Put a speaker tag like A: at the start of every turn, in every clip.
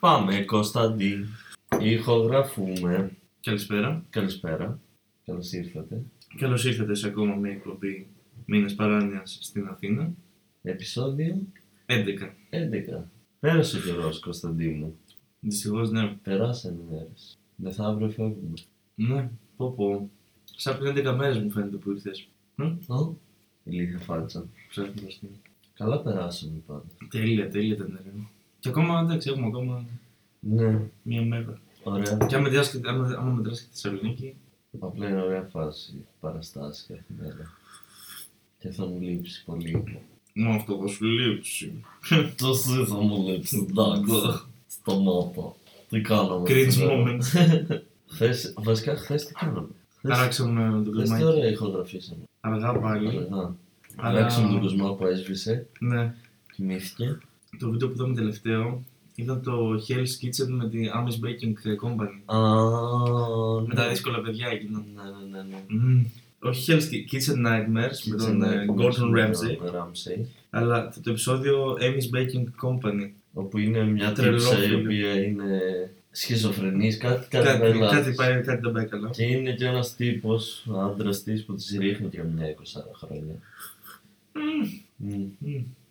A: Πάμε, Κωνσταντή. Ηχογραφούμε.
B: Καλησπέρα.
A: Καλησπέρα. Καλώς ήρθατε.
B: Καλώς ήρθατε σε ακόμα μια εκπομπή Μήνες Παράνοιας στην Αθήνα.
A: Επισόδιο
B: 11.
A: 11. Πέρασε ο καιρός, Κωνσταντή μου.
B: Δυστυχώς, ναι.
A: Περάσανε μέρε. Μεθαύριο φεύγουμε.
B: Ναι, πω πω. Σαν πριν 11 μέρες μου φαίνεται που ήρθες.
A: Ω, ηλίθια φάτσα.
B: Ψάχνω στην.
A: Καλά περάσαμε πάντα.
B: Τέλεια, τέλεια ήταν ρε. Και ακόμα εντάξει, έχουμε ακόμα
A: Ναι,
B: μία μέρα.
A: ωραία.
B: Και άμα μετράς και- άμα- άμα μετράς και τη Θεσσαλονίκη,
A: Απλά είναι ωραία φάση. Παραστάσει κάθε μέρα. Και θα μου λείψει πολύ.
B: μόνο αυτό θα σου λείψει.
A: Το εσύ θα μου λείψει, εντάξει. Σταμάτα. Τι κάναμε.
B: Cringe
A: σήμερα.
B: moment.
A: Χθες, βασικά χθες τι κάναμε. Χθες-
B: Ταράξαμε με τον
A: Χθες τι
B: κλεμάκι.
A: ωραία ηχογραφήσαμε.
B: Αργά πάλι.
A: Αργά.
B: Αλλά-
A: Αλλάξαμε τον κοσμό που έσβησε,
B: Ναι.
A: κοιμήθηκε.
B: Το βίντεο που είδαμε τελευταίο ήταν το Hell's Kitchen με τη Amish Baking Company.
A: Α,
B: Με τα δύσκολα παιδιά εκείνα.
A: Ναι, ναι, ναι. ναι.
B: Μμμ. Όχι Hell's Ki- Kitchen Nightmares με τον ε, Gordon
A: ναι,
B: Ramsay,
A: Ramsay.
B: αλλά το, το επεισόδιο Amy's Baking Company.
A: Όπου είναι μια
B: Τρελό
A: τρίψα η
B: φίλο.
A: οποία είναι σχιζοφρενής, κάτι, κάτι,
B: Κάτι,
A: πάει
B: κάτι,
A: λάθος.
B: πάει, κάτι δεν πάει καλά.
A: Και είναι και ένας τύπος, άντρας της, που της ρίχνει και μια 24 χρόνια. Mm.
B: Μμμ.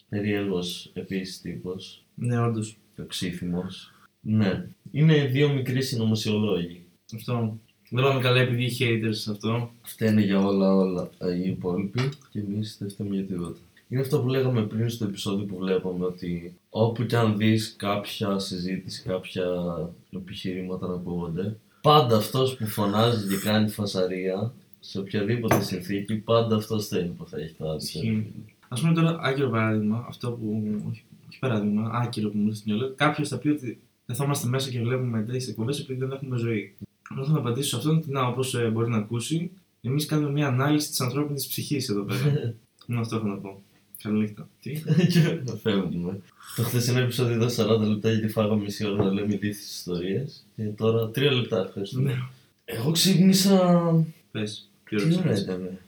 A: Περίεργος επίσης τύπος.
B: Ναι, όντως.
A: Το ξύφημος. Ναι. Είναι δύο μικροί συνωμοσιολόγοι.
B: Αυτό. Δεν πάμε καλά επειδή οι haters σε αυτό.
A: Φταίνε για όλα όλα ε, οι υπόλοιποι και εμείς δεν φταίμε για τίποτα. Είναι αυτό που λέγαμε πριν στο επεισόδιο που βλέπαμε ότι όπου και αν δεις κάποια συζήτηση, κάποια επιχειρήματα να ακούγονται, πάντα αυτός που φωνάζει και κάνει φασαρία σε οποιαδήποτε συνθήκη, πάντα αυτός θέλει που θα έχει τα άδεια.
B: Ισχύει. Ας πούμε τώρα, άκυρο παράδειγμα, αυτό που. Όχι, όχι παράδειγμα, άκυρο που μου ήρθε στο μυαλό. Κάποιος θα πει ότι καθόμαστε μέσα και βλέπουμε τέτοιες εκπομπές επειδή δεν έχουμε ζωή. Εγώ θα απαντήσω σε αυτόν ότι να, όπως μπορεί να ακούσει, εμείς κάνουμε μια ανάλυση της ανθρώπινης ψυχής εδώ πέρα. Μόνο αυτό έχω να πω. Καληνύχτα. Τι.
A: και να φεύγουμε. Το χθεσινό επεισόδιο ήταν 40 λεπτά γιατί φάγαμε μισή ώρα να λέμε ειδήσει ιστορίες και τώρα 3 λεπτά ευχαριστούμε.
B: Ναι.
A: Εγώ ξύπνησα
B: Πες.
A: Τι ώρα ήταν,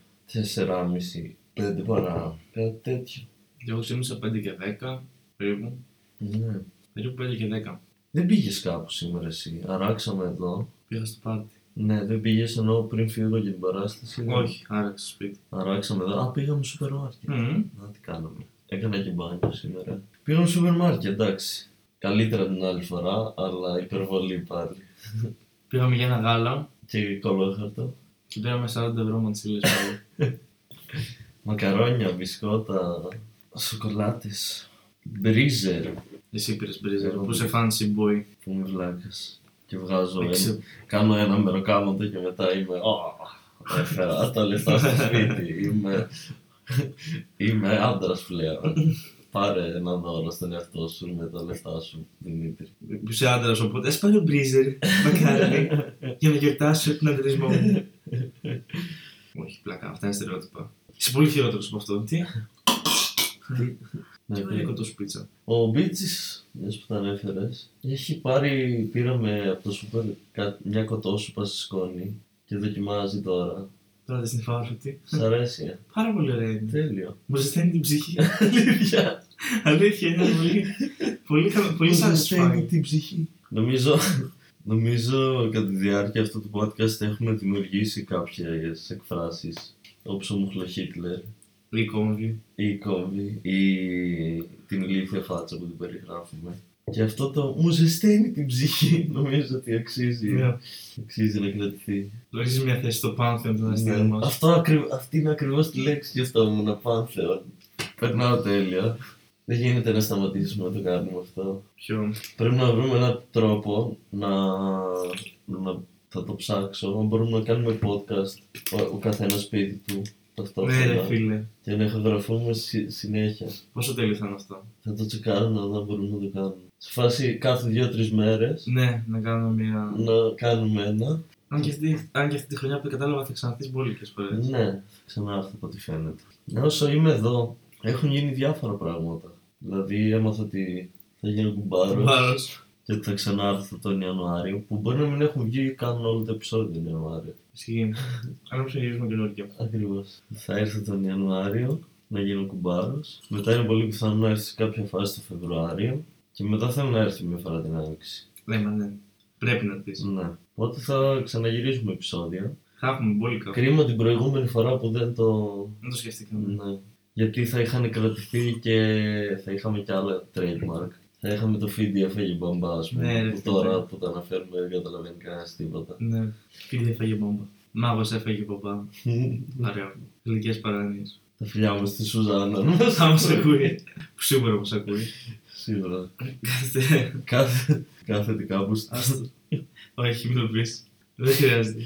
A: 4,5, 5 παρά, κάτι τέτοιο.
B: Εγώ ξύπνησα 5 και 10 περίπου.
A: Ναι.
B: Περίπου 5 και 10.
A: Δεν πήγες κάπου σήμερα εσύ. Αράξαμε εδώ.
B: Πήγα στο πάρτι.
A: Ναι, δεν πήγες ενώ πριν φύγω για την παράσταση. δεν-
B: Όχι, άραξε στο σπίτι.
A: Αράξαμε εδώ. Α, πήγαμε σούπερ μάρκετ.
B: Μμμ.
A: Να τι κάναμε. Έκανα και μπάνιο σήμερα. Πήγαμε σούπερ μάρκετ, εντάξει. Καλύτερα την άλλη φορά, αλλά υπερβολή πάλι.
B: Πήγαμε για ένα γάλα
A: Και κολόχαρτο.
B: και πήραμε 40 ευρώ μαντσίλε πάλι.
A: Μακαρόνια, μπισκότα, σοκολάτες, μπρίζερ
B: Εσύ πήρες μπρίζερ,
A: Εγώ
B: που
A: πήρα.
B: είσαι fancy boy.
A: που είμαι βλάκας και βγάζω ένα.
B: Εξε-
A: Κάνω ένα μεροκάματο και μετά είμαι «Α, Έφερα τα λεφτά στο σπίτι. Είμαι, είμαι άντρας πλέον. Πάρε ένα δώρο στον εαυτό σου με τα λεφτά σου, Δημήτρη.
B: Που είσαι άντρας, οπότε. Ας πάρω μπρίζερ, μακάρι, για να γιορτάσω τον αντρισμό μου. Όχι, πλάκα, αυτά είναι στερεότυπα. Είσαι πολύ χειρότερος από αυτό. Τι.
A: Ναι, ναι.
B: Τι ωραίο το σπίτσα.
A: Ο Μπίτσης, μιας που τα ανέφερε, έχει πάρει. Πήραμε από το σούπερ κα- μια κοτόσουπα στη σκόνη και δοκιμάζει τώρα.
B: Τώρα δεν στην αυτή.
A: Σ' αρέσει. ε?
B: Πάρα πολύ ωραία είναι.
A: Τέλειο.
B: Μου ζεσταίνει την ψυχή.
A: Αλήθεια.
B: Αλήθεια είναι πολύ. Πολύ, χα- πολύ
A: Μου
B: satisfying.
A: την ψυχή. Νομίζω, νομίζω κατά τη διάρκεια αυτού του podcast έχουμε δημιουργήσει κάποιες εκφράσεις όπως ο Μουχλο Χίτλερ
B: Πολύ κόμβι.
A: ή η Κόβη ή την ηλίθια φάτσα που την περιγράφουμε. Και αυτό το μου ζεσταίνει την ψυχή νομίζω ότι αξίζει,
B: Ναι.
A: αξίζει να κρατηθεί.
B: Λογίζει μια θέση στο πάνθεο των αστέρων
A: Ναι.
B: μας.
A: Αυτό ακριβ- αυτή είναι ακριβώς τη λέξη γι' αυτό μου να πάνθεον. Περνάω τέλεια. Δεν γίνεται να σταματήσουμε να το κάνουμε αυτό.
B: Πιο.
A: Πρέπει να βρούμε έναν τρόπο να, να θα το ψάξω, αν μπορούμε να κάνουμε podcast ο, ο καθένας σπίτι του
B: Ναι, ρε
A: ταυτόχρονα
B: φίλε.
A: και να ηχογραφούμε συ- συνέχεια.
B: Πόσο τέλειος θα είναι αυτό.
A: Θα το τσεκάρω να δω αν μπορούμε να το κάνουμε. Σε φάση κάθε δύο-τρει μέρες
B: Ναι, να κάνουμε μια.
A: να κάνουμε ένα.
B: Αν και, αυτή, αν και αυτή τη χρονιά που δεν κατάλαβα θα ξαναρθείς μπόλικε φορέ.
A: Ναι, θα ξανάρθω από ό,τι φαίνεται. Ναι, Όσο είμαι εδώ, έχουν γίνει διάφορα πράγματα. Δηλαδή, έμαθα ότι θα γίνω κουμπάρος.
B: Βάρο.
A: και θα ξανάρθω τον Ιανουάριο, που μπορεί να μην έχουν βγει καν όλο το επεισόδιο τον Ιανουάριο.
B: Ισχύει. Αν ψαγυρίζουμε καινούργια.
A: Ακριβώς. Θα έρθω τον Ιανουάριο να γίνω κουμπάρος. Μετά είναι πολύ πιθανό να έρθω σε κάποια φάση το Φεβρουάριο. Και μετά θέλω να έρθει μια φορά την άνοιξη.
B: Ναι, μα ναι. Πρέπει να πει.
A: Ναι. Οπότε θα ξαναγυρίσουμε επεισόδια.
B: Θα έχουμε πολύ καλό.
A: Κρίμα την προηγούμενη φορά που δεν το.
B: Δεν το σκεφτήκαμε.
A: Ναι. Γιατί θα είχαν κρατηθεί και θα είχαμε και άλλα trademark. Θα είχαμε το feed έφαγε μπαμπά, ας πούμε.
B: Ναι, ρε,
A: που
B: φίλε.
A: τώρα που τα αναφέρουμε δεν καταλαβαίνει κανένας τίποτα.
B: Ναι. Φίλοι έφαγε μπόμπα. Μάγος έφαγε μπαμπά. Ωραίο. Γλυκέ παρανίε.
A: τα φιλιά μας στη Σουζάννα μας.
B: Θα μας ακούει. Που σίγουρα μας ακούει.
A: Σίγουρα.
B: Κάθετε.
A: Κάθε, κάθεται κάπου στη-
B: Άστο. Όχι, μην το πεις. Δεν χρειάζεται.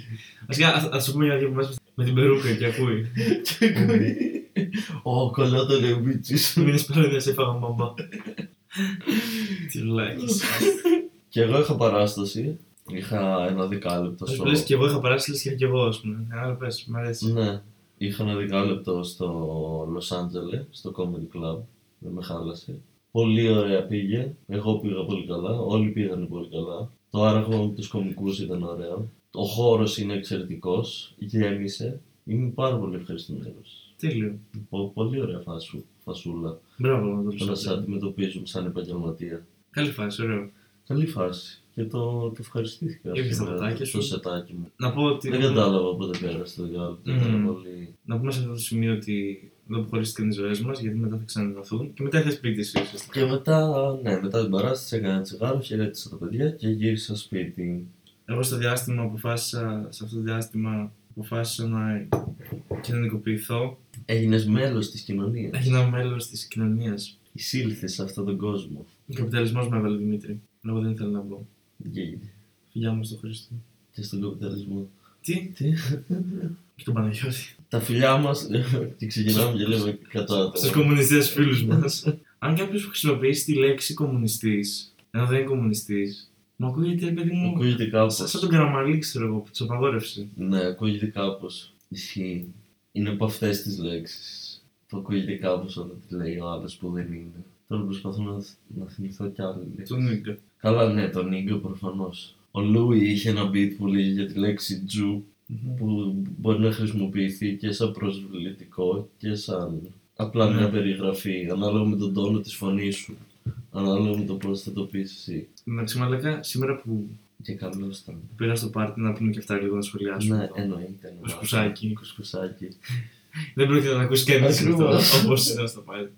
B: Βασικά, ας πούμε για δύο που μέσα με την περούκα και ακούει.
A: και ακούει. Ω, κολλά το ρεμπίτσι.
B: Μήνε παρανίε έφαγα μπαμπά. Τι βλάκε.
A: Και εγώ είχα παράσταση. Είχα ένα δεκάλεπτο
B: Σου
A: στο.
B: λε Ε, και εγώ είχα παράσει, λες και και εγώ, ας πούμε. Άρα πες, μ' αρέσει.
A: Ναι. Είχα ένα δεκάλεπτο στο Λος Άντζελε, στο Comedy Club. Δεν με χάλασε. Πολύ ωραία πήγε. Εγώ πήγα πολύ καλά. Όλοι πήγαν πολύ καλά. Το άραγμα με τους κομικούς ήταν ωραίο. Ο χώρος είναι εξαιρετικός. Γέμισε. Είμαι πάρα πολύ ευχαριστημένος.
B: Τέλειο.
A: Πο- Πολύ ωραία φάσου, φασούλα.
B: Μπράβο να το
A: Το να σε
B: πιστεύω.
A: αντιμετωπίζουν σαν επαγγελματία.
B: Καλή φάση, ωραίο.
A: Καλή φάση. Και το, το ευχαριστήθηκα.
B: Είχες τα
A: σήμερα,
B: πατάκια σου.
A: Το σετάκι μου.
B: Να πω ότι.
A: Δεν κατάλαβα πότε πέρασε το διάλογο. Ήταν
B: Μμμ.
A: πολύ
B: Να πούμε σε αυτό το σημείο ότι εδώ αποχωρήστηκαν οι ζωές μας, γιατί μετά θα ξαναδοθούν και μετά θα σπίτι σου ουσιαστικά.
A: Και μετά, ναι, μετά την παράσταση έκανα τσιγάρο, χαιρέτησα τα παιδιά και γύρισα σπίτι.
B: Εγώ στο διάστημα αποφάσισα, σε αυτό το διάστημα αποφάσισα να κοινωνικοποιηθώ.
A: Έγινες μέλος της κοινωνίας.
B: Έγινα μέλος της κοινωνίας.
A: Εισήλθες σε αυτόν τον κόσμο.
B: Ο καπιταλισμός με έβαλε Δημήτρη. Εγώ δεν ήθελα να μπω.
A: Και,
B: Φιλιά μου στο Χριστό.
A: και στον καπιταλισμό.
B: Τι,
A: Τι?
B: και τον Παναγιώτη.
A: Τα φιλιά μας και ξεκινάμε και λέμε κατά
B: Στου
A: τα.
B: κομμουνιστές φίλους μας. Αν κάποιος χρησιμοποιήσει τη λέξη κομμουνιστής, ενώ δεν είναι κομμουνιστής, μου ακούγεται, παιδί μου.
A: Ακούγεται
B: Σαν σαν
A: κάπως.
B: τον καραμαλί, ξέρω εγώ, που τους απαγόρευσε.
A: Ναι, ακούγεται κάπως. Ισχύει. Είναι από αυτές τις λέξεις. Το ακούγεται κάπως όταν τη λέει ο άλλος που δεν είναι. Τώρα προσπαθώ να, να θυμηθώ κι άλλη λέξη.
B: Ε, Τον Νίγκα.
A: Καλά, ναι, τον Νίγκο προφανώς. Ο Λούι είχε ένα beat που λέγει για τη λέξη Jew που μπορεί να χρησιμοποιηθεί και σαν προσβλητικό και σαν απλά μια
B: Ναι.
A: περιγραφή ανάλογα με τον τόνο της φωνής σου ανάλογα με το πώς θα το πεις εσύ
B: Εντάξει, μαλακά, σήμερα που
A: και καλός ήταν
B: πήγα στο πάρτι να πούμε και αυτά λίγο να σχολιάσουμε.
A: ναι
B: εδώ.
A: εννοείται εννοείται.
B: Κουσκουσάκι.
A: κουσκουσάκι
B: Δεν πρόκειται να ακούσει κανεί αυτό
A: Ακριβώς.
B: όπως ήταν στο πάρτι.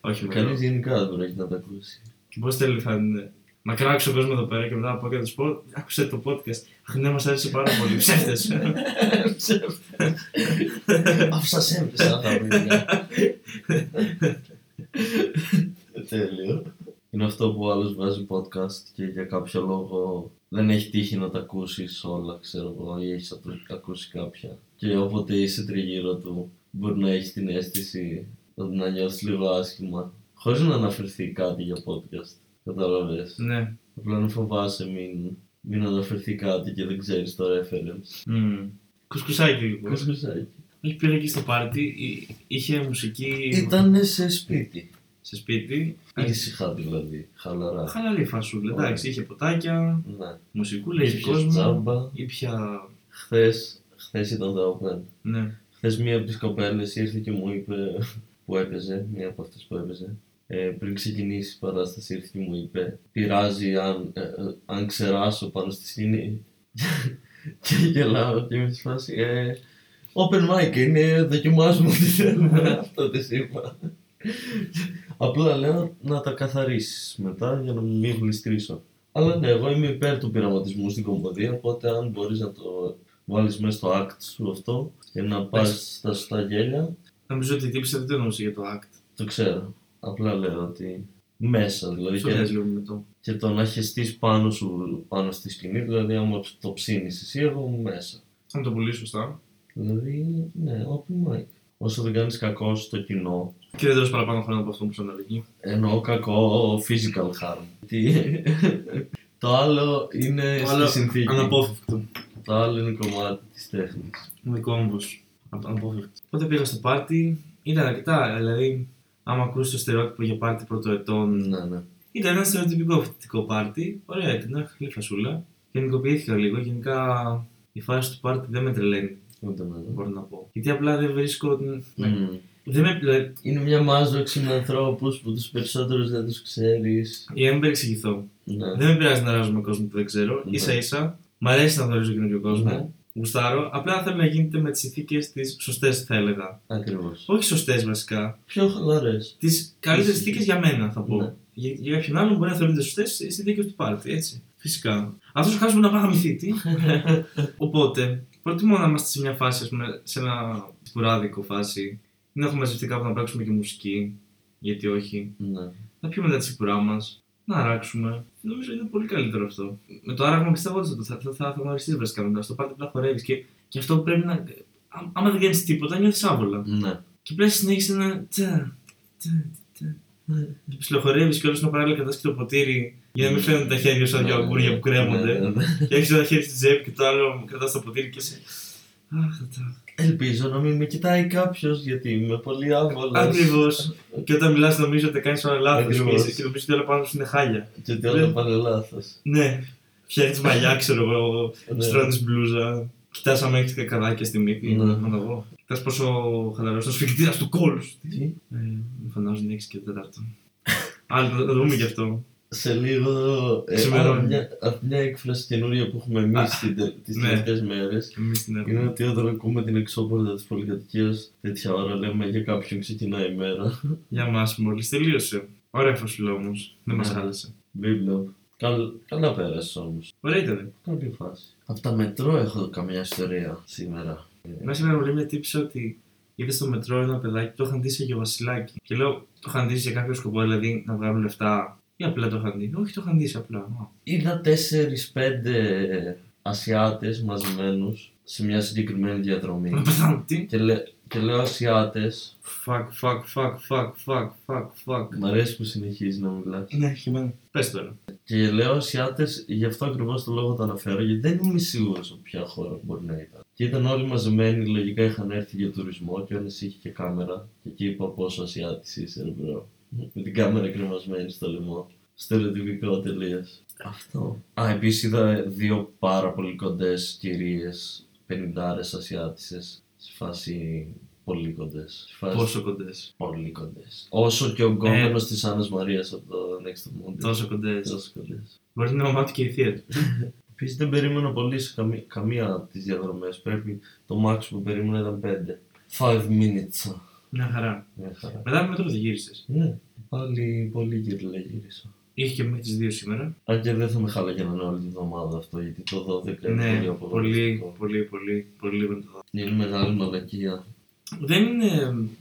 B: Όχι,
A: κανείς
B: βέβαια.
A: γενικά δεν μπορεί να τα ακούσει
B: Και πώς θέλει θα είναι. ε, Να κράξω κόσμος εδώ πέρα και μετά να πω και να τους πω: Άκουσε το podcast. Αχ, ναι, μας άρεσε πάρα πολύ. Ψεύτες.
A: Αφού σας έπεσα θα παιδιά. Τέλειο. Είναι αυτό που ο άλλος βγάζει podcast και για κάποιο λόγο δεν έχει τύχει να τα ακούσεις όλα, ξέρω εγώ, ή έχεις ατου- ακούσεις κάποια. Και όποτε είσαι τριγύρω του, μπορεί να έχεις την αίσθηση ότι να νιώθεις λίγο άσχημα, χωρίς να αναφερθεί κάτι για podcast. Κατάλαβες.
B: Ναι.
A: Απλά να φοβάσαι μην, μην αναφερθεί κάτι και δεν ξέρεις το reference.
B: Μμμ. Κουσκουσάκι λοιπόν.
A: Κουσκουσάκι.
B: Όχι, πήγα εκεί στο πάρτι, εί- είχε μουσική
A: Ήταν σε σπίτι.
B: σε σπίτι.
A: Ήσυχα δηλαδή, χαλαρά.
B: Χαλαρή φασούλα, εντάξει, είχε ποτάκια,
A: Ναι.
B: μουσικούλα, είχε
A: Ήπιες
B: κόσμο.
A: τζάμπα.
B: Ήπια.
A: Χθες, χθες ήταν τα open.
B: Ναι.
A: Χθες μία από τις κοπέλες ήρθε και μου είπε που έπαιζε, μία από αυτές που έπαιζε. Ε, πριν ξεκινήσει η παράσταση ήρθε και μου είπε πειράζει αν, ε, ε, αν ξεράσω πάνω στη σκηνή. και γελάω και είμαι στη φάση ε, open mic είναι, δοκιμάζουμε ό,τι θέλουμε, αυτό της είπα. Απλά λέω να τα καθαρίσεις μετά για να μην γλιστρήσω. Αλλά ναι, εγώ είμαι υπέρ του πειραματισμού στην κομμωδία, οπότε αν μπορείς να το βάλεις μέσα στο act σου αυτό και να πας στα σωστά γέλια,
B: Νομίζω ότι η τύπησα δεν το εννοούσε για το act.
A: το ξέρω. Απλά λέω ότι μέσα δηλαδή.
B: Στο
A: Και,
B: μοιάζει λίγο με το.
A: και το να χεστείς πάνω σου, πάνω στη σκηνή, δηλαδή άμα το ψήνεις εσύ, εγώ μέσα.
B: Αν το πολύ σωστά.
A: Δηλαδή, ναι, open mic. Όσο δεν κάνεις κακό στο κοινό,
B: Και δεν τρως παραπάνω χρόνο από αυτό που σου αναλογεί.
A: εννοώ κακό physical harm. Τι... το άλλο είναι
B: Το
A: στη
B: άλλο
A: συνθήκη.
B: Αναπόφευκτο.
A: Το άλλο είναι κομμάτι της τέχνης.
B: Με κόμβο. Αναπόφευκτος. Οπότε πήγα στο πάρτι, ήταν αρκετά. Δηλαδή, άμα ακούσει το στερεότυπο για πάρτι πρωτοετών
A: Ναι, ναι.
B: Ήταν ένα στερεοτυπικό φοιτητικό πάρτι. Ωραία, ήταν καλή φασούλα. Γενικοποιήθηκα λίγο. Γενικά η φάση του πάρτι δεν με τρελαίνει,
A: Ούτε εμένα.
B: μπορώ να πω. Γιατί απλά δεν βρίσκω. την- Ναι.
A: Μμμ.
B: Δεν με, δηλαδή,
A: Είναι μια μάζα ανθρώπους που τους περισσότερους δεν τους ξέρεις.
B: για να μην παρεξηγηθώ.
A: Ναι.
B: Δεν με πειράζει να ράζω με κόσμο που δεν ξέρω.
A: Ναι.
B: σα ίσα μ' αρέσει να γνωρίζω καινούριο κόσμο.
A: Ναι.
B: Γουστάρω. Απλά θέλω να γίνεται με τις συνθήκε τις σωστές, θα έλεγα.
A: Ακριβώς.
B: Όχι σωστές βασικά.
A: Πιο χαλαρές.
B: Τις καλύτερες συνθήκε για μένα, θα πω.
A: Ναι.
B: Για, για κάποιον άλλον μπορεί να θεωρείται σωστέ οι συνθήκε του πάρτι, έτσι. Φυσικά. Αυτό ο χάσμα να πάει να γαμηθεί, τι. Οπότε, προτιμώ να είμαστε σε μια φάση, ας πούμε, σε ένα σπουράδικο φάση. Να έχουμε μαζευτεί κάπου να παίξουμε και μουσική. Γιατί όχι.
A: Ναι.
B: Να πιούμε τα τσιπουρά μας. Να αράξουμε. Νομίζω είναι πολύ καλύτερο αυτό. Με το άραγμα πιστεύω ότι θα, θα, θα, θα γνωριστεί βασικά μετά. Στο πάρτι πρέπει να χορεύεις. Και, και αυτό πρέπει να. ά- Άμα δεν κάνεις τίποτα, νιώθεις άβολα.
A: ναι.
B: Και πρέπει να συνέχισε να. τσα, τσα, τσα. Και ψιλοχορεύει και όλο να παράλληλα κατάσχει το ποτήρι για να μην φαίνονται τα χέρια σου σαν δύο
A: Ναι,
B: αγκούρια
A: ναι,
B: που κρέμονται.
A: ναι, ναι.
B: Και έχεις ένα χέρι στη τσέπη και το άλλο κρατάς το ποτήρι και σε. Αχ, τα.
A: Ελπίζω να μην με κοιτάει κάποιος γιατί είμαι πολύ άβολος.
B: Ακριβώς. Και όταν μιλάς, νομίζω ότι κάνεις ένα λάθος και,
A: Ακριβώς.
B: είσαι- και νομίζω ότι όλα πάνω σου είναι χάλια.
A: Και ότι όλα πάνε λάθος.
B: Ναι. Φτιάχνεις μαλλιά, ξέρω εγώ. Στρώνεις μπλούζα. Κοιτάς αν έχει καδάκια στη μύτη.
A: Ναι.
B: Να το δω. Κοιτάς πόσο χαλαρός είναι ο σφιγγτήρα του κόλους. σου.
A: Τι?
B: Ε, Μου φαντάζομαι έχεις και τέταρτο. Άλλο, θα το δούμε γι' αυτό.
A: Σε λίγο. Ε,
B: Ξημερώνει.
A: άρα μια, α, μια έκφραση καινούρια που έχουμε εμείς τις
B: ναι.
A: τελευταίες μέρες
B: Εμείς την έχουμε.
A: είναι ότι όταν ακούμε την εξώπορτα της πολυκατοικίας τέτοια ώρα λέμε για κάποιον ξεκινάει η μέρα.
B: Για μας μόλις τελείωσε. Ωραία φωσιλό όμως. Δεν μας
A: Ναι.
B: χάλασε.
A: Μπίμπλοπ. Καλ, καλά πέρασε όμως.
B: Ωραία ήταν.
A: Καλή φάση. Από τα μετρό έχω καμιά ιστορία σήμερα.
B: Εμένα σήμερα μου λέει μια τύψη ότι είδε στο μετρό ένα παιδάκι που το είχαν ντύσει για βασιλάκι. Και λέω, το είχαν ντύσει για κάποιο σκοπό, δηλαδή να βγάλουν λεφτά. Ή απλά το είχαν ντύσει. Όχι, το είχαν ντύσει απλά. Α.
A: Είδα 4-5 Ασιάτες μαζεμένους σε μια συγκεκριμένη διαδρομή.
B: Να πεθάνω. Τι.
A: και, λέ, και λέω Ασιάτες.
B: Fuck, fuck, fuck, fuck, fuck, fuck, fuck.
A: Μ' αρέσει που συνεχίζεις να μιλάς.
B: Ναι, και εμένα. Πες τώρα.
A: Και λέω Ασιάτες, γι' αυτό ακριβώς το λόγο το αναφέρω, γιατί δεν είμαι σίγουρος από ποια χώρα μπορεί να ήταν. Και ήταν όλοι μαζεμένοι, λογικά είχαν έρθει για τουρισμό και ένα είχε και κάμερα. Και εκεί είπα πόσο Ασιάτης είσαι, ρε μπρο. Με την κάμερα κρεμασμένη στο λαιμό. Στερεοτυπικό τελείω. Αυτό. Α, επίσης είδα δύο πάρα πολύ κοντές κυρίες, 50 Ασιάτισες, σε φάση πολύ κοντές.
B: Πόσο κοντές.
A: Πολύ κοντές. Όσο και ο γκόμενο της της Άννας Μαρίας από το Next to Monday.
B: Τόσο κοντές.
A: Τόσο κοντές.
B: Μπορεί να είναι η μαμά του και η θεία του.
A: Επίσης δεν περίμενα πολύ σε καμία, καμία από τις διαδρομές. Πρέπει το max που περίμενα ήταν 5. 5 minutes.
B: Μια χαρά.
A: Μια χαρά.
B: Μετά με μετρό δεν γύρισες.
A: Ναι, πάλι πολύ γυρλέ γύρισα.
B: Είχε και μέχρι τις 2 σήμερα.
A: Αν και δεν θα με χαλαγένανε όλη τη βδομάδα αυτό, γιατί το 12 είναι
B: Ναι,
A: πολύ
B: πολύ,
A: απογοητευτικό.
B: πολύ, πολύ, πολύ με το
A: Είναι μεγάλη μαλακία.
B: Δεν, είναι,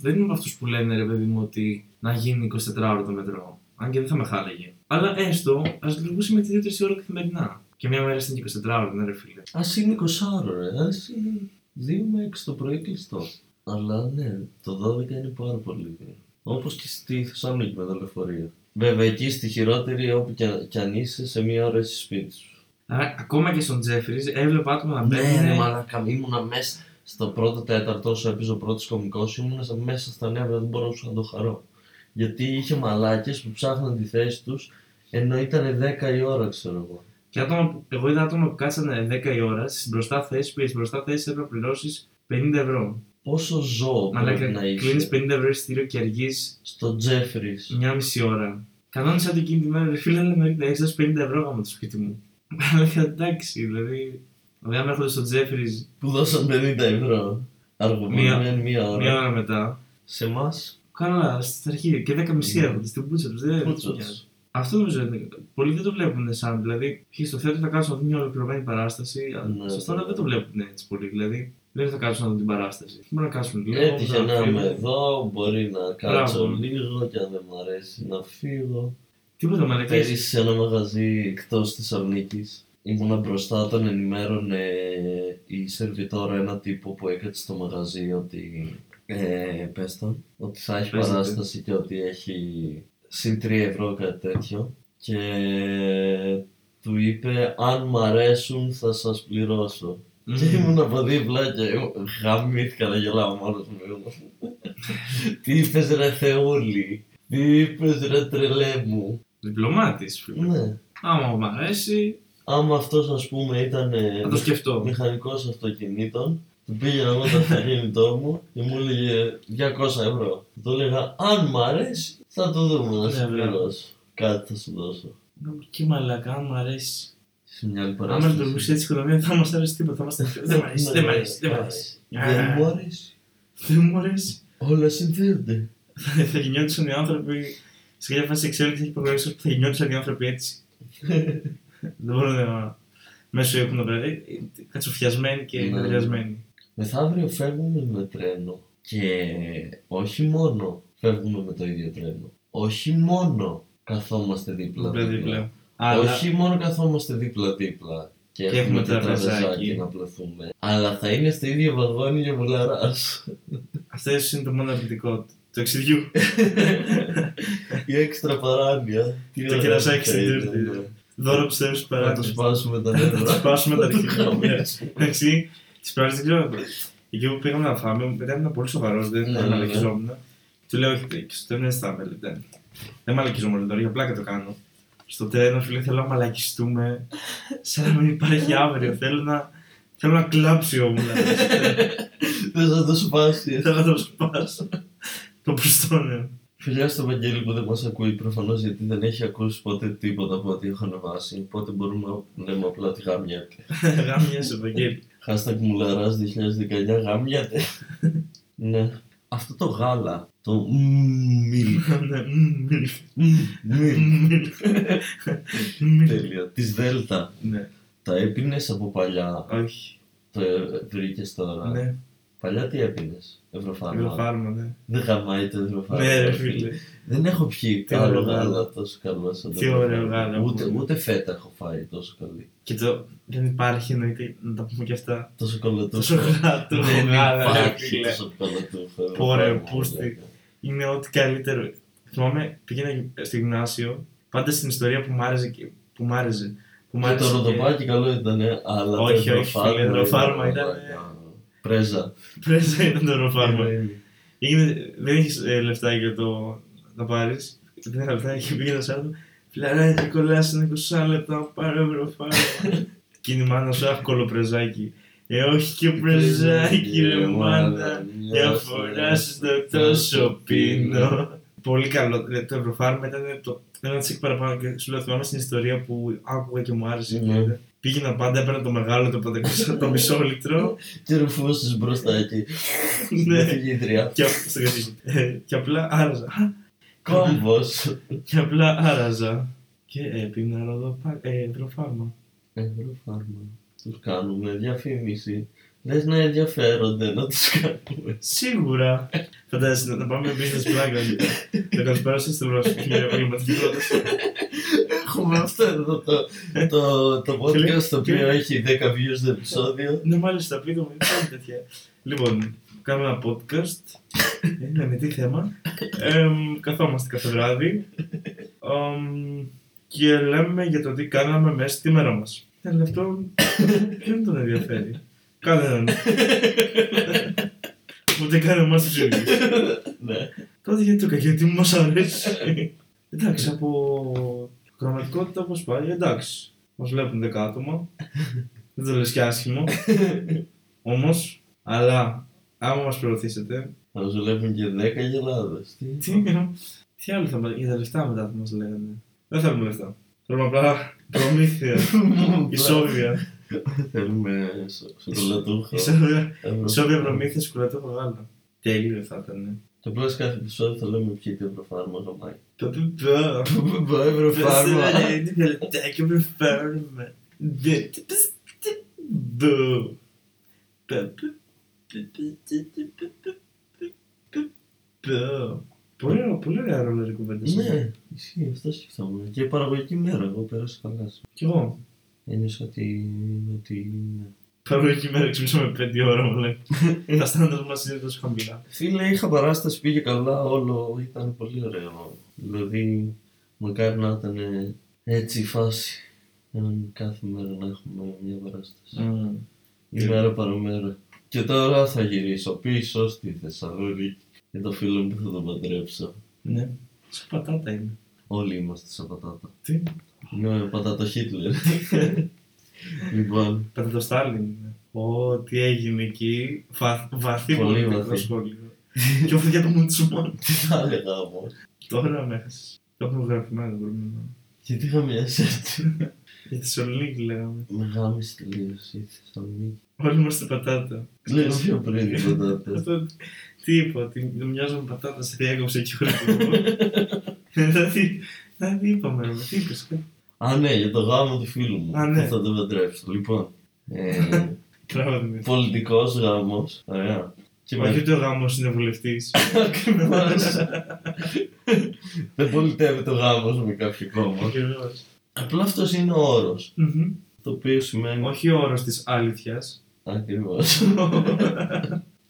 B: δεν είμαι από αυτούς που λένε ρε παιδί μου ότι να γίνει 24 ώρο το μετρό. Αν και δεν θα με χάλαγε. Αλλά έστω ας λειτουργούσε με τη 2-3 ώρα καθημερινά. Και μια μέρα στην 24 ώρα, ναι, ρε φίλε.
A: Ας είναι 20 ώρα, ρε. Ας είναι 2 με 6 το πρωί κλειστό. Αλλά ναι, το 12 είναι πάρα πολύ. Όπως και στη Θεσσαλονίκη με τα λεωφορεία. Βέβαια, εκεί στη χειρότερη, όπου κι αν- κι αν είσαι, σε μία ώρα είσαι σπίτι σου.
B: Άρα, ακόμα και στον Τζέφρις έβλεπα άτομα να
A: Ναι,
B: μπαίνουν.
A: ρε μαλάκα, ήμουνα μέσα στο πρώτο τέταρτο όσο έπαιζε ο πρώτος κωμικό, ήμουνα σε- μέσα στα νέα, δεν μπορούσα να το χαρώ. Γιατί είχε μαλάκες που ψάχναν τη θέση τους ενώ ήταν 10 η ώρα, ξέρω εγώ.
B: και άτομα, που- εγώ είδα άτομα που κάτσανε 10 η ώρα στις μπροστά θέσεις που για τι μπροστά θέσεις έπρεπε να πληρώσεις 50 ευρώ.
A: Πόσο ζώο πρέπει
B: Μαλάκα,
A: να
B: κλείνει
A: είσαι
B: 50 ευρώ εισιτήριο και αργείς
A: στο Τζέφρις.
B: μια μισή ώρα. Κανόνισα ότι εκείνη τη μέρα, ρε φίλε, λέμε να έχεις δώσει 50 ευρώ γάμο το σπίτι μου. Αλλά εντάξει, δηλαδή. Δηλαδή, αν έρχονται στο Τζέφρις
A: που δώσαν 50 ευρώ. Αργοποιημένη μία ώρα.
B: μία ώρα μετά.
A: Σε εμάς,
B: Καλά, στην αρχή και 10.30
A: Ναι.
B: έρχονται στην πούτσα του. Δεν
A: Πούτσα
B: τους
A: τους.
B: νοιάζει. Αυτό νομίζω είναι. Πολλοί δεν το βλέπουν σαν. Δηλαδή, π.χ. στο θέατρο θα κάτσουν να δουν μια ολοκληρωμένη παράσταση.
A: Ναι.
B: Στο στόνα δεν το βλέπουν έτσι πολύ. Δηλαδή, δεν θα κάτσουν να δουν την παράσταση. Μπορεί να κάτσουν λίγο.
A: έτυχε
B: να
A: Ε, να
B: φύγουν.
A: είμαι εδώ, μπορεί να κάτσω
B: Μπράβο.
A: λίγο και αν δεν μου αρέσει να φύγω.
B: Τίποτα με
A: Πέρυσι σε ένα μαγαζί εκτός Θεσσαλονίκης ήμουνα μπροστά όταν ενημέρωνε ε, η σερβιτόρα ένα τύπο που έκατσε στο μαγαζί ότι. Ε, πες τον, ότι θα έχει
B: Πες το,
A: παράσταση και ότι έχει συν 3 ευρώ κάτι τέτοιο. Και του είπε: Αν μ' αρέσουν, θα σας πληρώσω. Και ήμουν από δίπλα και ήμουν- γαμήθηκα να γελάω μόνος μου. Τι είπες ρε Θεούλη, τι είπες ρε τρελέ μου.
B: Διπλωμάτης.
A: Ναι.
B: Άμα μου αρέσει,
A: Άμα αυτός ας πούμε ήταν Ε, ναι.
B: θα το σκεφτώ.
A: μηχανικός αυτοκινήτων, Του πήγαινα εγώ το αυτοκίνητό μου και μου έλεγε 200 ευρώ. Του έλεγα, αν μ' αρέσει, θα το δούμε να σου
B: Ναι, βέβαια.
A: πληρώσω. Κάτι θα σου δώσω.
B: Και μαλακά, αν μου αρέσει.
A: Σε μια άλλη
B: Αν με
A: παράσταση.
B: λειτουργούσε έτσι η οικονομία, δεν θα μας αρέσει τίποτα. Θα είμαστε. Δεν μ' αρέσει, δεν μ' αρέσει, δεν μ' αρέσει.
A: Ναι, Δεν μου αρέσει.
B: Δεν μου αρέσει.
A: Όλα συνδέονται.
B: Θα γινόντουσαν οι άνθρωποι. Σε κάποια φάση εξέλιξη έχει προχωρήσει ότι θα γινόντουσαν οι άνθρωποι έτσι. Δεν μπορώ να. Μέσω έχουν να περάσει. Κατσοφιασμένοι δηλαδή. και
A: Ναι.
B: κατηριασμένοι.
A: Μεθαύριο φεύγουμε με τρένο. Και όχι μόνο φεύγουμε με το ίδιο τρένο. Όχι μόνο καθόμαστε δίπλα-δίπλα.
B: Δίπλα-δίπλα. Δηλαδή Αλλά
A: Ναι, Όχι μόνο καθόμαστε δίπλα-δίπλα. Και,
B: Και
A: έχουμε
B: έχουμε
A: τραπεζάκι
B: τραπεζάκι.
A: να πλωθούμε. Αλλά θα είναι στο ίδιο βαγόνι για βουλαρά.
B: αυτό ίσως είναι το μόνο αρνητικό του εξιδιού.
A: Η έξτρα παράνοια. Τι ωραία
B: κερασάκι
A: θα
B: στην
A: ήταν.
B: τούρτη. Δώρο πιστεύει που
A: Να το
B: περάσει.
A: σπάσουμε τα
B: Θα
A: νεύρα.
B: τους σπάσουμε τα
A: Θα το
B: αρχικά.
A: χαμίσουμε.
B: Εντάξει, τη πέρασε, δεν ξέρω. Εκεί που πήγαμε να φάμε, μετά ήμουν πολύ σοβαρός, δεν
A: Ναι,
B: ναι,
A: ναι, ναι.
B: μαλακιζόμουν. Του λέω: Όχι, και δεν αισθάνομαι, λέει, δεν. Δεν μαλακιζόμουν τώρα, για πλάκα το κάνω. Στο τρένο, φίλε, θέλω να μαλακιστούμε. Σαν να μην υπάρχει αύριο. Θέλω να, θέλω να κλάψει όμω.
A: Θες να το σπάσει.
B: θέλω να το σπάσω. το προστόνεο.
A: Φιλιά στο Βαγγέλη που δεν μας ακούει προφανώς γιατί δεν έχει ακούσει ποτέ τίποτα από ό,τι έχω ανεβάσει. Οπότε μπορούμε να λέμε απλά ότι γάμιατε.
B: Γάμια σε Βαγγέλη.
A: Hashtag μουλαρά 2019 γάμιατε. ναι. Αυτό το γάλα, το μμμ,
B: Ναι, μμμ, μμμ,
A: μμμ,
B: μμμ, μμμ.
A: τέλεια, τη Δέλτα.
B: Ναι,
A: Τα έπινε από παλιά,
B: όχι.
A: το ε, βρήκε τώρα.
B: Ναι,
A: Παλιά τι έπινε, Ευρωφάρμα.
B: γλωφάρμα, ναι.
A: Δεν γαμάει το Ευρωφάρμα.
B: Ναι, ρε φίλε.
A: Δεν έχω πιει
B: Τι
A: άλλο
B: ωραίο
A: γάλα
B: γάλα.
A: τόσο καλό σαν το
B: Τι
A: Ευρωφάρμα.
B: ωραίο γάλα.
A: Ούτε, ούτε φέτα έχω φάει τόσο καλή.
B: Και το δεν υπάρχει εννοείται να τα πούμε και αυτά.
A: Το
B: Το
A: σοκολατούχο.
B: σοκολάτο,
A: Δεν
B: γάλα, ναι, ρε
A: υπάρχει το
B: φίλε.
A: σοκολατούχο.
B: Ωραία,
A: Πάμε,
B: πούστη.
A: λέγα.
B: Είναι ό,τι καλύτερο. Θυμάμαι, πήγαινα γι- στο γυμνάσιο, πάντα στην ιστορία που μ' άρεσε. και- Που μ' άρεσε. Που μ'
A: Και το
B: άρεσε και-
A: ροδοπάκι καλό ήταν, αλλά
B: Όχι, όχι,
A: το
B: φίλε, ροφάρμα ήταν-
A: Πρέζα.
B: Πρέζα ήταν το ροφάρμα.
A: Είναι-
B: Έγινε- Δεν έχεις λεφτά για το να πάρεις. Δεν είχα λεφτά και πήγαινα σε άλλο. Φιλαράκι, κολλάς είναι 20 λεπτά, πάρε ροφάρμα. Κίνημα να σου εύκολο πρεζάκι. Ε, όχι και πρεζάκι, ρε μάνα. Μια φορά στο τόσο πίνω. Πολύ καλό. Δηλαδή, Το Ευρωφάρμα ήταν το ένα τσικ παραπάνω και σου λέω θυμάμαι στην ιστορία που άκουγα και μου άρεσε.
A: Ναι.
B: δηλαδή. Πήγαινα πάντα, έπαιρνα το μεγάλο το 500, το μισό λίτρο.
A: Και ρουφούσες μπροστά εκεί.
B: Ναι.
A: Στην καθηγήτρια.
B: και, απ- στο καθηγητή. Ε, και απλά άραζα.
A: Κόμβος.
B: Και απλά άραζα. Και έπινα ροδοπά- ε, Ευρωφάρμα.
A: Ευρωφάρμα. Τους κάνουμε διαφήμιση. Λες να ενδιαφέρονται να τους κάνουμε.
B: Σίγουρα. Φαντάζεσαι να- να πάμε business plan. δηλαδή. Να καλησπέρασε στην επαγγελματική πρόταση.
A: Έχουμε αυτό εδώ το, το, το podcast το οποίο έχει 10 views το επεισόδιο.
B: Ναι, μάλιστα, πείτε μου, υπάρχει τέτοια. λοιπόν, κάνουμε ένα podcast. Ε, ναι, με τι θέμα. Εμ, καθόμαστε κάθε βράδυ. Εμ, και λέμε για το τι κάναμε μέσα στη μέρα μας. Ναι, Αλλά αυτό ποιον τον ενδιαφέρει. Κανέναν. Ούτε καν εμάς τους ίδιους.
A: ναι.
B: Τότε γιατί το κακέ, τι μας αρέσει. εντάξει, από πραγματικότητα όπως πάει, εντάξει. Μας βλέπουν δέκα άτομα. Δεν το λες και άσχημο. Όμως, αλλά άμα μας προωθήσετε,
A: Θα δουλεύουν και 10 γελάδες. Τι.
B: τι, τι άλλο θα μας... Για τα λεφτά μετά θα μας λένε. Δεν θέλουμε λεφτά. Θέλουμε απλά προμήθεια, ισόβια.
A: Θέλουμε σο- σοκολατούχο.
B: Ισόβια,
A: Ευρω-
B: ισόβια προμήθεια, σκουρατό γάλα. Τέλειο θα ήταν.
A: Και απλά σε κάθε επεισόδιο θα λέμε ποιοι τι προφάρμα γαμάει.
B: Το πιπέρα.
A: Ευρωφάρμα.
B: Είναι γαλατάκι με φάρμα. Δεν τι πες, τι μπου. Πα, που, που, που, τι, τι, που, που, που, που, που. Πολύ ωραία- Πολύ ωραία ρόλο κουβέντα.
A: Ναι, ισχύει, αυτό σκεφτόμουν. Και παραγωγική μέρα, εγώ πέρασα καλά.
B: Κι εγώ.
A: Ένιωσα ότι. ότι... ναι.
B: Παραγωγική μέρα ξυπνήσαμε 5 ώρα, μου λέει. Τα στάνταρ μας είναι τόσο χαμηλά.
A: Φίλε, είχα παράσταση, πήγε καλά, όλο ήταν πολύ ωραίο. Δηλαδή, μακάρι να ήταν ε, έτσι η φάση. Έναν κάθε μέρα να έχουμε μια παράσταση. Ημέρα παραμέρα. Και τώρα θα γυρίσω πίσω στη Θεσσαλονίκη για το φίλο μου που θα τον παντρέψω.
B: Ναι. Σαν πατάτα είναι.
A: Όλοι είμαστε σαν πατάτα.
B: Τι.
A: Ναι, Είμαι πατάτο Χίτλερ. λοιπόν,
B: Πατάτα Στάλιν. είναι. Πω, τι έγινε εκεί. Βαθ, βαθύ
A: Πολύ
B: πολιτικό
A: βαθύ.
B: σχόλιο. και όχι για το μουτσουμό.
A: Τι θα έλεγα εγώ.
B: Τώρα με έχασες. Το έχουμε γραφημένο μπορούμε να.
A: Και τι είχα αυτή.
B: Για τη Σολονίκη λέγαμε.
A: Με γάμισε τελείως η Θεσσαλονίκη.
B: Όλοι είμαστε πατάτα.
A: Λίγο πιο πριν την πατάτα.
B: Αυτό τι είπα, ότι δεν μοιάζουμε πατάτα, σε διέκοψε και ο Δηλαδή, δηλαδή είπαμε, ρε, τι είπες, κάτι
A: Α, ναι, για το γάμο του φίλου μου.
B: Α, ναι.
A: που Θα το παντρέψω. Λοιπόν. Ε,
B: τράβαμε.
A: Πολιτικός γάμος. Ωραία. Και
B: Όχι
A: με
B: ότι ο γάμος είναι βουλευτής.
A: ακριβώς. Δεν πολιτεύεται ο γάμο με κάποιο κόμμα.
B: Ακριβώς.
A: Απλά αυτός είναι ο όρος.
B: Μμμ.
A: Το οποίο σημαίνει.
B: Όχι ο όρος της αλήθειας.
A: Ακριβώς.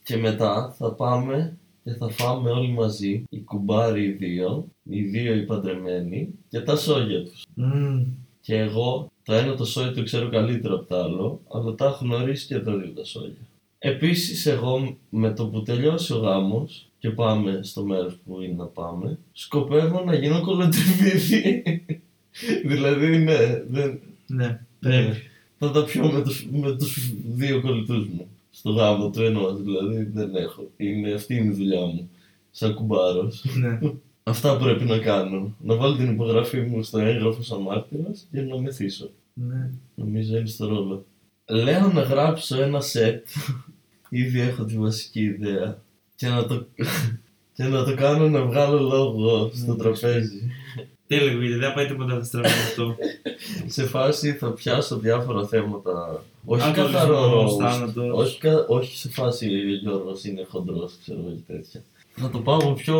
A: Και μετά θα πάμε και θα φάμε όλοι μαζί. Οι κουμπάροι οι δύο. Οι δύο οι παντρεμένοι. Και τα σόγια τους.
B: Μμμ.
A: Και εγώ το ένα το σόγια το ξέρω καλύτερο από το άλλο. Αλλά τα έχω γνωρίσει και τα δύο τα σόγια. Επίσης, εγώ με το που τελειώσει ο γάμος και πάμε στο μέρος που είναι να πάμε, σκοπεύω να γίνω κολοτριβίδι. δηλαδή, ναι, δεν,
B: Ναι, πρέπει.
A: Ε, θα τα πιω με τους, με τους δύο κολλητούς μου. Στο γάμο του ενός, δηλαδή δεν έχω. Είναι, αυτή είναι η δουλειά μου. Σαν κουμπάρος.
B: Ναι.
A: Αυτά πρέπει να κάνω. Να βάλω την υπογραφή μου στο έγγραφο σαν μάρτυρας και να μεθύσω.
B: Ναι.
A: Νομίζω είναι στο ρόλο. Λέω να γράψω ένα σετ. Ήδη έχω τη βασική ιδέα. Και να το, και να το κάνω να βγάλω λόγο στο
B: Ναι.
A: τραπέζι.
B: Τι έλεγε, γιατί δεν πάει τίποτα στραβά αυτό.
A: Σε φάση θα πιάσω διάφορα θέματα. Όχι
B: Αλκοολισμός,
A: καθαρό roast.
B: θάνατος.
A: Όχι, κα- όχι σε φάση ο Γιώργος είναι χοντρός, ξέρω εγώ και τέτοια. Θα το πάω από πιο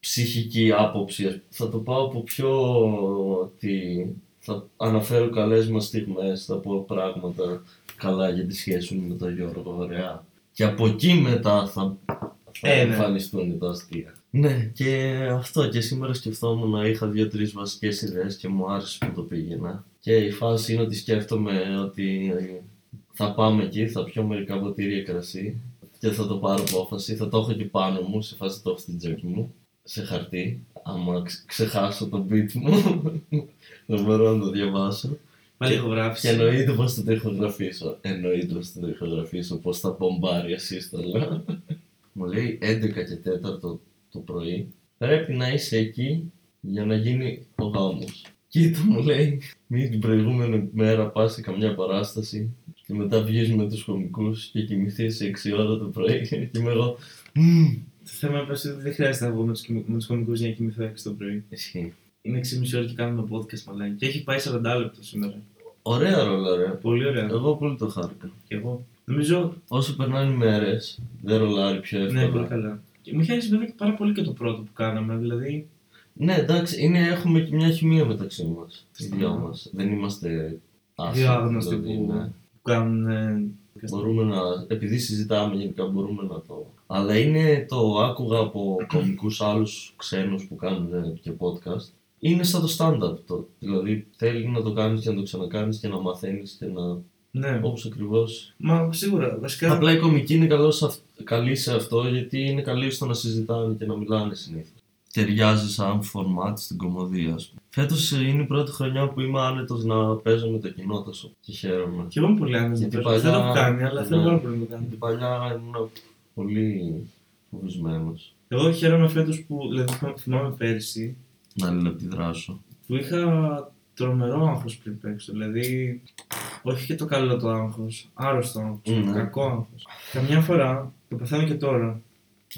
A: ψυχική άποψη. ας- Θα το πάω από πιο ότι θα αναφέρω καλές μας στιγμές, θα πω πράγματα καλά για τη σχέση μου με τον Γιώργο, ωραία. Και από εκεί μετά θα, θα
B: Ε, ναι.
A: εμφανιστούν τα αστεία. Ναι, και αυτό. Και σήμερα σκεφτόμουν, είχα δύο-τρει βασικές ιδέες και μου άρεσε που το πήγαινα. Και η φάση είναι ότι σκέφτομαι ότι θα πάμε εκεί, θα πιω μερικά ποτήρια κρασί και θα το πάρω απόφαση. Θα το έχω και πάνω μου, σε φάση το έχω στην τσέπη μου, σε χαρτί. Άμα ξε- ξεχάσω το beat μου, δεν μπορώ να το διαβάσω.
B: Πάλι
A: Και-
B: έχω
A: Και
B: γράψει.
A: εννοείται πως θα το ηχογραφήσω. Εννοείται πως θα το ηχογραφήσω, πως θα μπομπάρει ασύστολα. Μου λέει 11 και 4 το, το πρωί. Πρέπει να είσαι εκεί για να γίνει ο γάμος. Κοίτα μου λέει, μην την προηγούμενη μέρα πας σε καμιά παράσταση και μετά βγεις με τους κομικούς και κοιμηθείς σε 6 ώρα το πρωί και είμαι εγώ «Μμμ».
B: Το θέμα είναι ότι δεν χρειάζεται να βγω με τους κοιμη- με τους κομικούς για να κοιμηθώ 6 το πρωί.
A: Ισχύει.
B: Είναι 6,5 ώρα και κάνουμε podcast μαλάκι. Και έχει πάει 40 λεπτό σήμερα.
A: Ωραία ρόλα ρε.
B: Πολύ ωραία.
A: Εγώ πολύ το χάρηκα.
B: Και εγώ. Νομίζω.
A: Όσο περνάνε οι μέρες, δεν ρολάρει πιο εύκολα.
B: Ναι, πολύ καλά. Και μου είχε άρεσε βέβαια και πάρα πολύ και το πρώτο που κάναμε. Δηλαδή.
A: Ναι, εντάξει, είναι, έχουμε και μια χημεία μεταξύ μας. Οι
B: Σωστά.
A: δυο μας. Δεν είμαστε άσχετοι.
B: Δύο άγνωστοι που-
A: ναι.
B: που κάνουν. ε,
A: Μπορούμε να. Επειδή συζητάμε γενικά, μπορούμε να το. Αλλά είναι το άκουγα από κομικούς άλλους ξένους που κάνουν ε, και podcast. Είναι σαν το stand-up το. Δηλαδή θέλει να το κάνεις και να το ξανακάνεις και να μαθαίνεις και να.
B: Ναι.
A: Όπως ακριβώς.
B: Μα σίγουρα. Βασικά.
A: Απλά η κομική είναι καλός σε αυ- καλή σε αυτό γιατί είναι καλή στο να συζητάνε και να μιλάνε συνήθως. Ταιριάζει σαν format στην κομμωδία, ας πούμε. Φέτος είναι η πρώτη χρονιά που είμαι άνετος να παίζω με το κοινό τόσο και χαίρομαι.
B: Και εγώ είμαι πολύ άνετος.
A: Γιατί
B: Δεν
A: παλιά-
B: το έχω κάνει, αλλά θέλω
A: Ναι.
B: πάρα πολύ να το κάνω.
A: Γιατί παλιά ήμουν πολύ φοβισμένος
B: Εγώ χαίρομαι φέτος που. Δηλαδή θυμάμαι πέρσι
A: να αλληλεπιδράσω.
B: που είχα τρομερό άγχος πριν παίξω. Δηλαδή, όχι και το καλό το άγχος, άρρωστο άγχος,
A: Ναι.
B: κακό άγχος. Καμιά φορά, το πεθάνω και τώρα,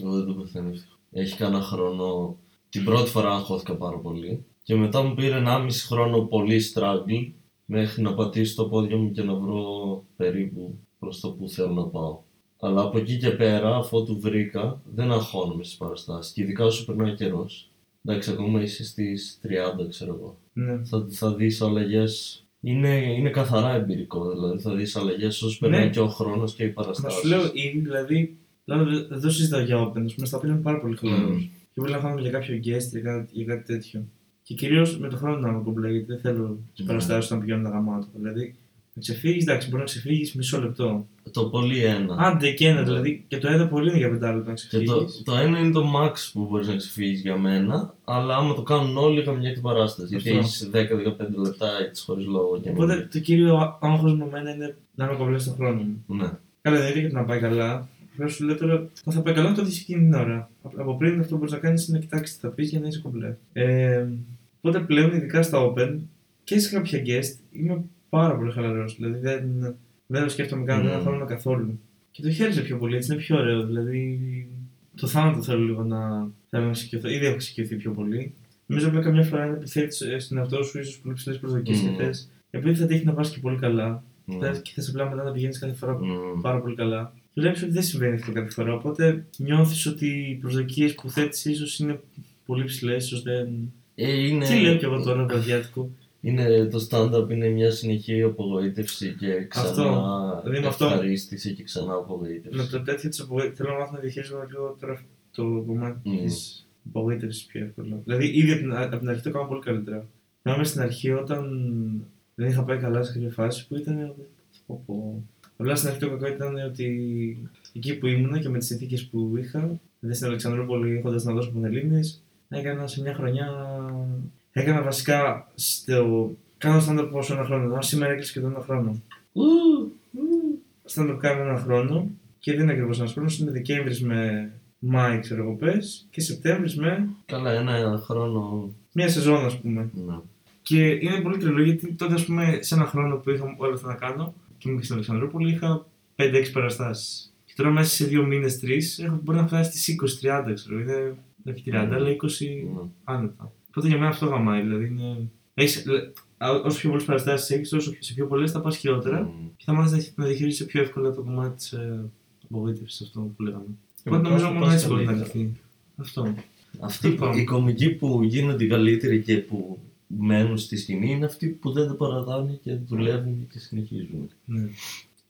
A: Εγώ δεν το πεθαίνω. ευτυχώς. Έχει κάνα χρόνο. Την πρώτη φορά αγχώθηκα πάρα πολύ. Και μετά μου πήρε 1,5 χρόνο πολύ struggle μέχρι να πατήσω το πόδι μου και να βρω περίπου προς το που θέλω να πάω. Αλλά από εκεί και πέρα, αφού του βρήκα, δεν αγχώνομαι στις παραστάσεις. Και ειδικά όσο περνάει καιρός. Εντάξει, ακόμα είσαι στις 30, ξέρω εγώ.
B: ναι.
A: Θα, θα δεις αλλαγές. Είναι, είναι καθαρά εμπειρικό, δηλαδή θα δεις αλλαγές όσο περνάει
B: Ναι.
A: και ο χρόνος και οι
B: Μα
A: παραστάσεις.
B: σου λέω ήδη, δηλαδή, δηλαδή δεν το συζητάω για open, ας πούμε, στα οποία είμαι πάρα πολύ χαλαρός.
A: Μμμ.
B: Και μπορεί να φάμε για κάποιο guest ή κάτι, ή κάτι τέτοιο. Και κυρίως με το χρόνο να μου κομπλέ, γιατί δεν θέλω τι
A: Ναι.
B: παραστάσεις να πηγαίνουν τα γαμάτα. Δηλαδή, Να ξεφύγεις, εντάξει, μπορεί να ξεφύγεις μισό λεπτό.
A: Το πολύ ένα.
B: Άντε και ένα,
A: Ναι.
B: δηλαδή και το ένα πολύ είναι για πεντά λεπτά να
A: Και
B: ξεφύγεις.
A: το, το ένα είναι το max που μπορείς να ξεφύγεις για μένα, αλλά άμα το κάνουν όλοι, καμιά την παράσταση. Γιατί
B: Αυτό.
A: έχεις 10-15 λεπτά έτσι χωρίς λόγο. Για μένα.
B: Οπότε το κύριο άγχος μου εμένα είναι να είμαι κομπλές στον χρόνο μου.
A: Ναι.
B: Καλά, δεν είναι γιατί να πάει καλά. Απλά σου λέω τώρα, το θα πάει καλά το δει εκείνη την ώρα. Α- Από πριν αυτό που μπορείς να κάνεις είναι να κοιτάξεις τι θα πεις για να είσαι κομπλέ. Ε, οπότε πλέον, ειδικά στα open και σε κάποια guest, είμαι πάρα πολύ χαλαρός. Δηλαδή δεν, δεν το σκέφτομαι καν, δεν
A: Mm.
B: αγχώνομαι καθόλου. Και το χαίρεσαι πιο πολύ, έτσι είναι πιο ωραίο. Δηλαδή το θάνατο θέλω λίγο να. Θέλω να σηκωθώ. Ήδη έχω σηκωθεί πιο πολύ. Νομίζω απλά καμιά φορά είναι επιθέτει στον εαυτό σου, ίσως πολύ ψηλέ προσδοκίες
A: Mm.
B: και θες. Επειδή θα τύχει να πας και πολύ καλά,
A: ναι. Mm.
B: θα- και θες απλά μετά να πηγαίνεις κάθε φορά
A: Μμμ.
B: πάρα πολύ καλά. Βλέπεις ότι δεν συμβαίνει αυτό κάθε φορά. Οπότε νιώθεις ότι οι προσδοκίες που θέτεις ίσως είναι πολύ ψηλές, ίσως δεν.
A: Ε, είναι...
B: Τι λέω κι εγώ τώρα, βραδιάτικο.
A: Είναι, το stand-up είναι μια συνεχή απογοήτευση και ξανά
B: Αυτό. Δηλαδή με αυτό. Ναι.
A: ευχαρίστηση και ξανά
B: Με
A: απογοήτευση.
B: το τέτοιο της απογοήτευση. Θέλω να μάθω να διαχειρίζομαι λίγο τώρα το κομμάτι
A: Μμμ.
B: της απογοήτευσης πιο εύκολα. Δηλαδή ήδη από την, από την αρχή το κάνω πολύ καλύτερα. Να είμαι στην αρχή όταν δεν είχα πάει καλά σε κάποια φάση που ήταν. πω, πω. Απλά στην αρχή το κακό ήταν ότι εκεί που ήμουνα και με τις συνθήκες που είχα, δηλαδή στην Αλεξανδρούπολη έχοντας να δώσω πανελίνε, έκανα σε μια χρονιά. Έκανα βασικά στο. Κάνω stand-up πόσο ένα χρόνο. Α, σήμερα έκλεισε και τον ένα χρόνο. Stand-up κάνω ένα χρόνο και δεν είναι ακριβώς ένας χρόνος. Είναι Δεκέμβρης με Μάη, ξέρω εγώ πες, και Σεπτέμβρης με
A: Καλά, ένα χρόνο.
B: μια σεζόν, ας πούμε.
A: Ναι.
B: Και είναι πολύ τρελό γιατί τότε, ας πούμε, σε ένα χρόνο που είχα όλα αυτά να κάνω και ήμουν και στην Αλεξανδρούπολη, είχα 5-6 παραστάσεις. Και τώρα μέσα σε δύο μήνες, τρεις, μπορεί να φτάσει στις 20-30, ξέρω. Είναι, όχι 30, αλλά 20
A: ναι.
B: άνετα. Οπότε για μένα αυτό γαμάει. Δηλαδή είναι. έχεις- λε- α- όσο πιο πολλές παραστάσεις έχεις, όσο σε πιο πολλές θα πας χειρότερα
A: Μμμ.
B: και θα μάθεις να διαχειρίζεσαι πιο εύκολα το κομμάτι της ε, απογοήτευσης αυτό που λέγαμε.
A: Και
B: Οπότε
A: μετά
B: νομίζω
A: θα
B: μόνο
A: πας
B: έτσι μπορεί να
A: καλύτερα.
B: λυθεί. Αυτό.
A: Αυτοί
B: Λοιπόν.
A: που- οι κομικοί που γίνονται οι καλύτεροι και που μένουν στη σκηνή είναι αυτοί που δεν τα παρατάνε και δουλεύουν και συνεχίζουν.
B: Ναι.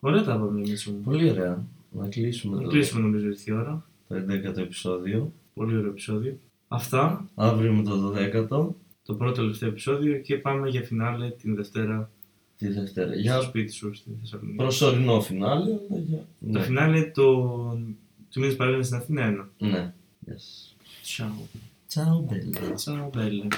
B: Ωραία τα πάμε εμείς όμως.
A: Πολύ ωραία. Να κλείσουμε
B: Να
A: το,
B: κλείσουμε νομίζω ήρθε η ώρα.
A: το 11ο επεισόδιο.
B: Πολύ ωραίο επεισόδιο. Αυτά.
A: Αύριο με το 12ο
B: Το πρώτο τελευταίο επεισόδιο και πάμε για φινάλε την Δευτέρα
A: τη Δευτέρα.
B: στο
A: Για
B: σπίτι σου στη Θεσσαλονίκη.
A: προσωρινό φινάλε. αλλά για-
B: Το
A: Ναι.
B: φινάλε το... του μήνες παρέλαση στην Αθήνα 1.
A: Ναι. Yes.
B: Τσαου.
A: Ciao, bella.
B: Τσαου, Μπέλε.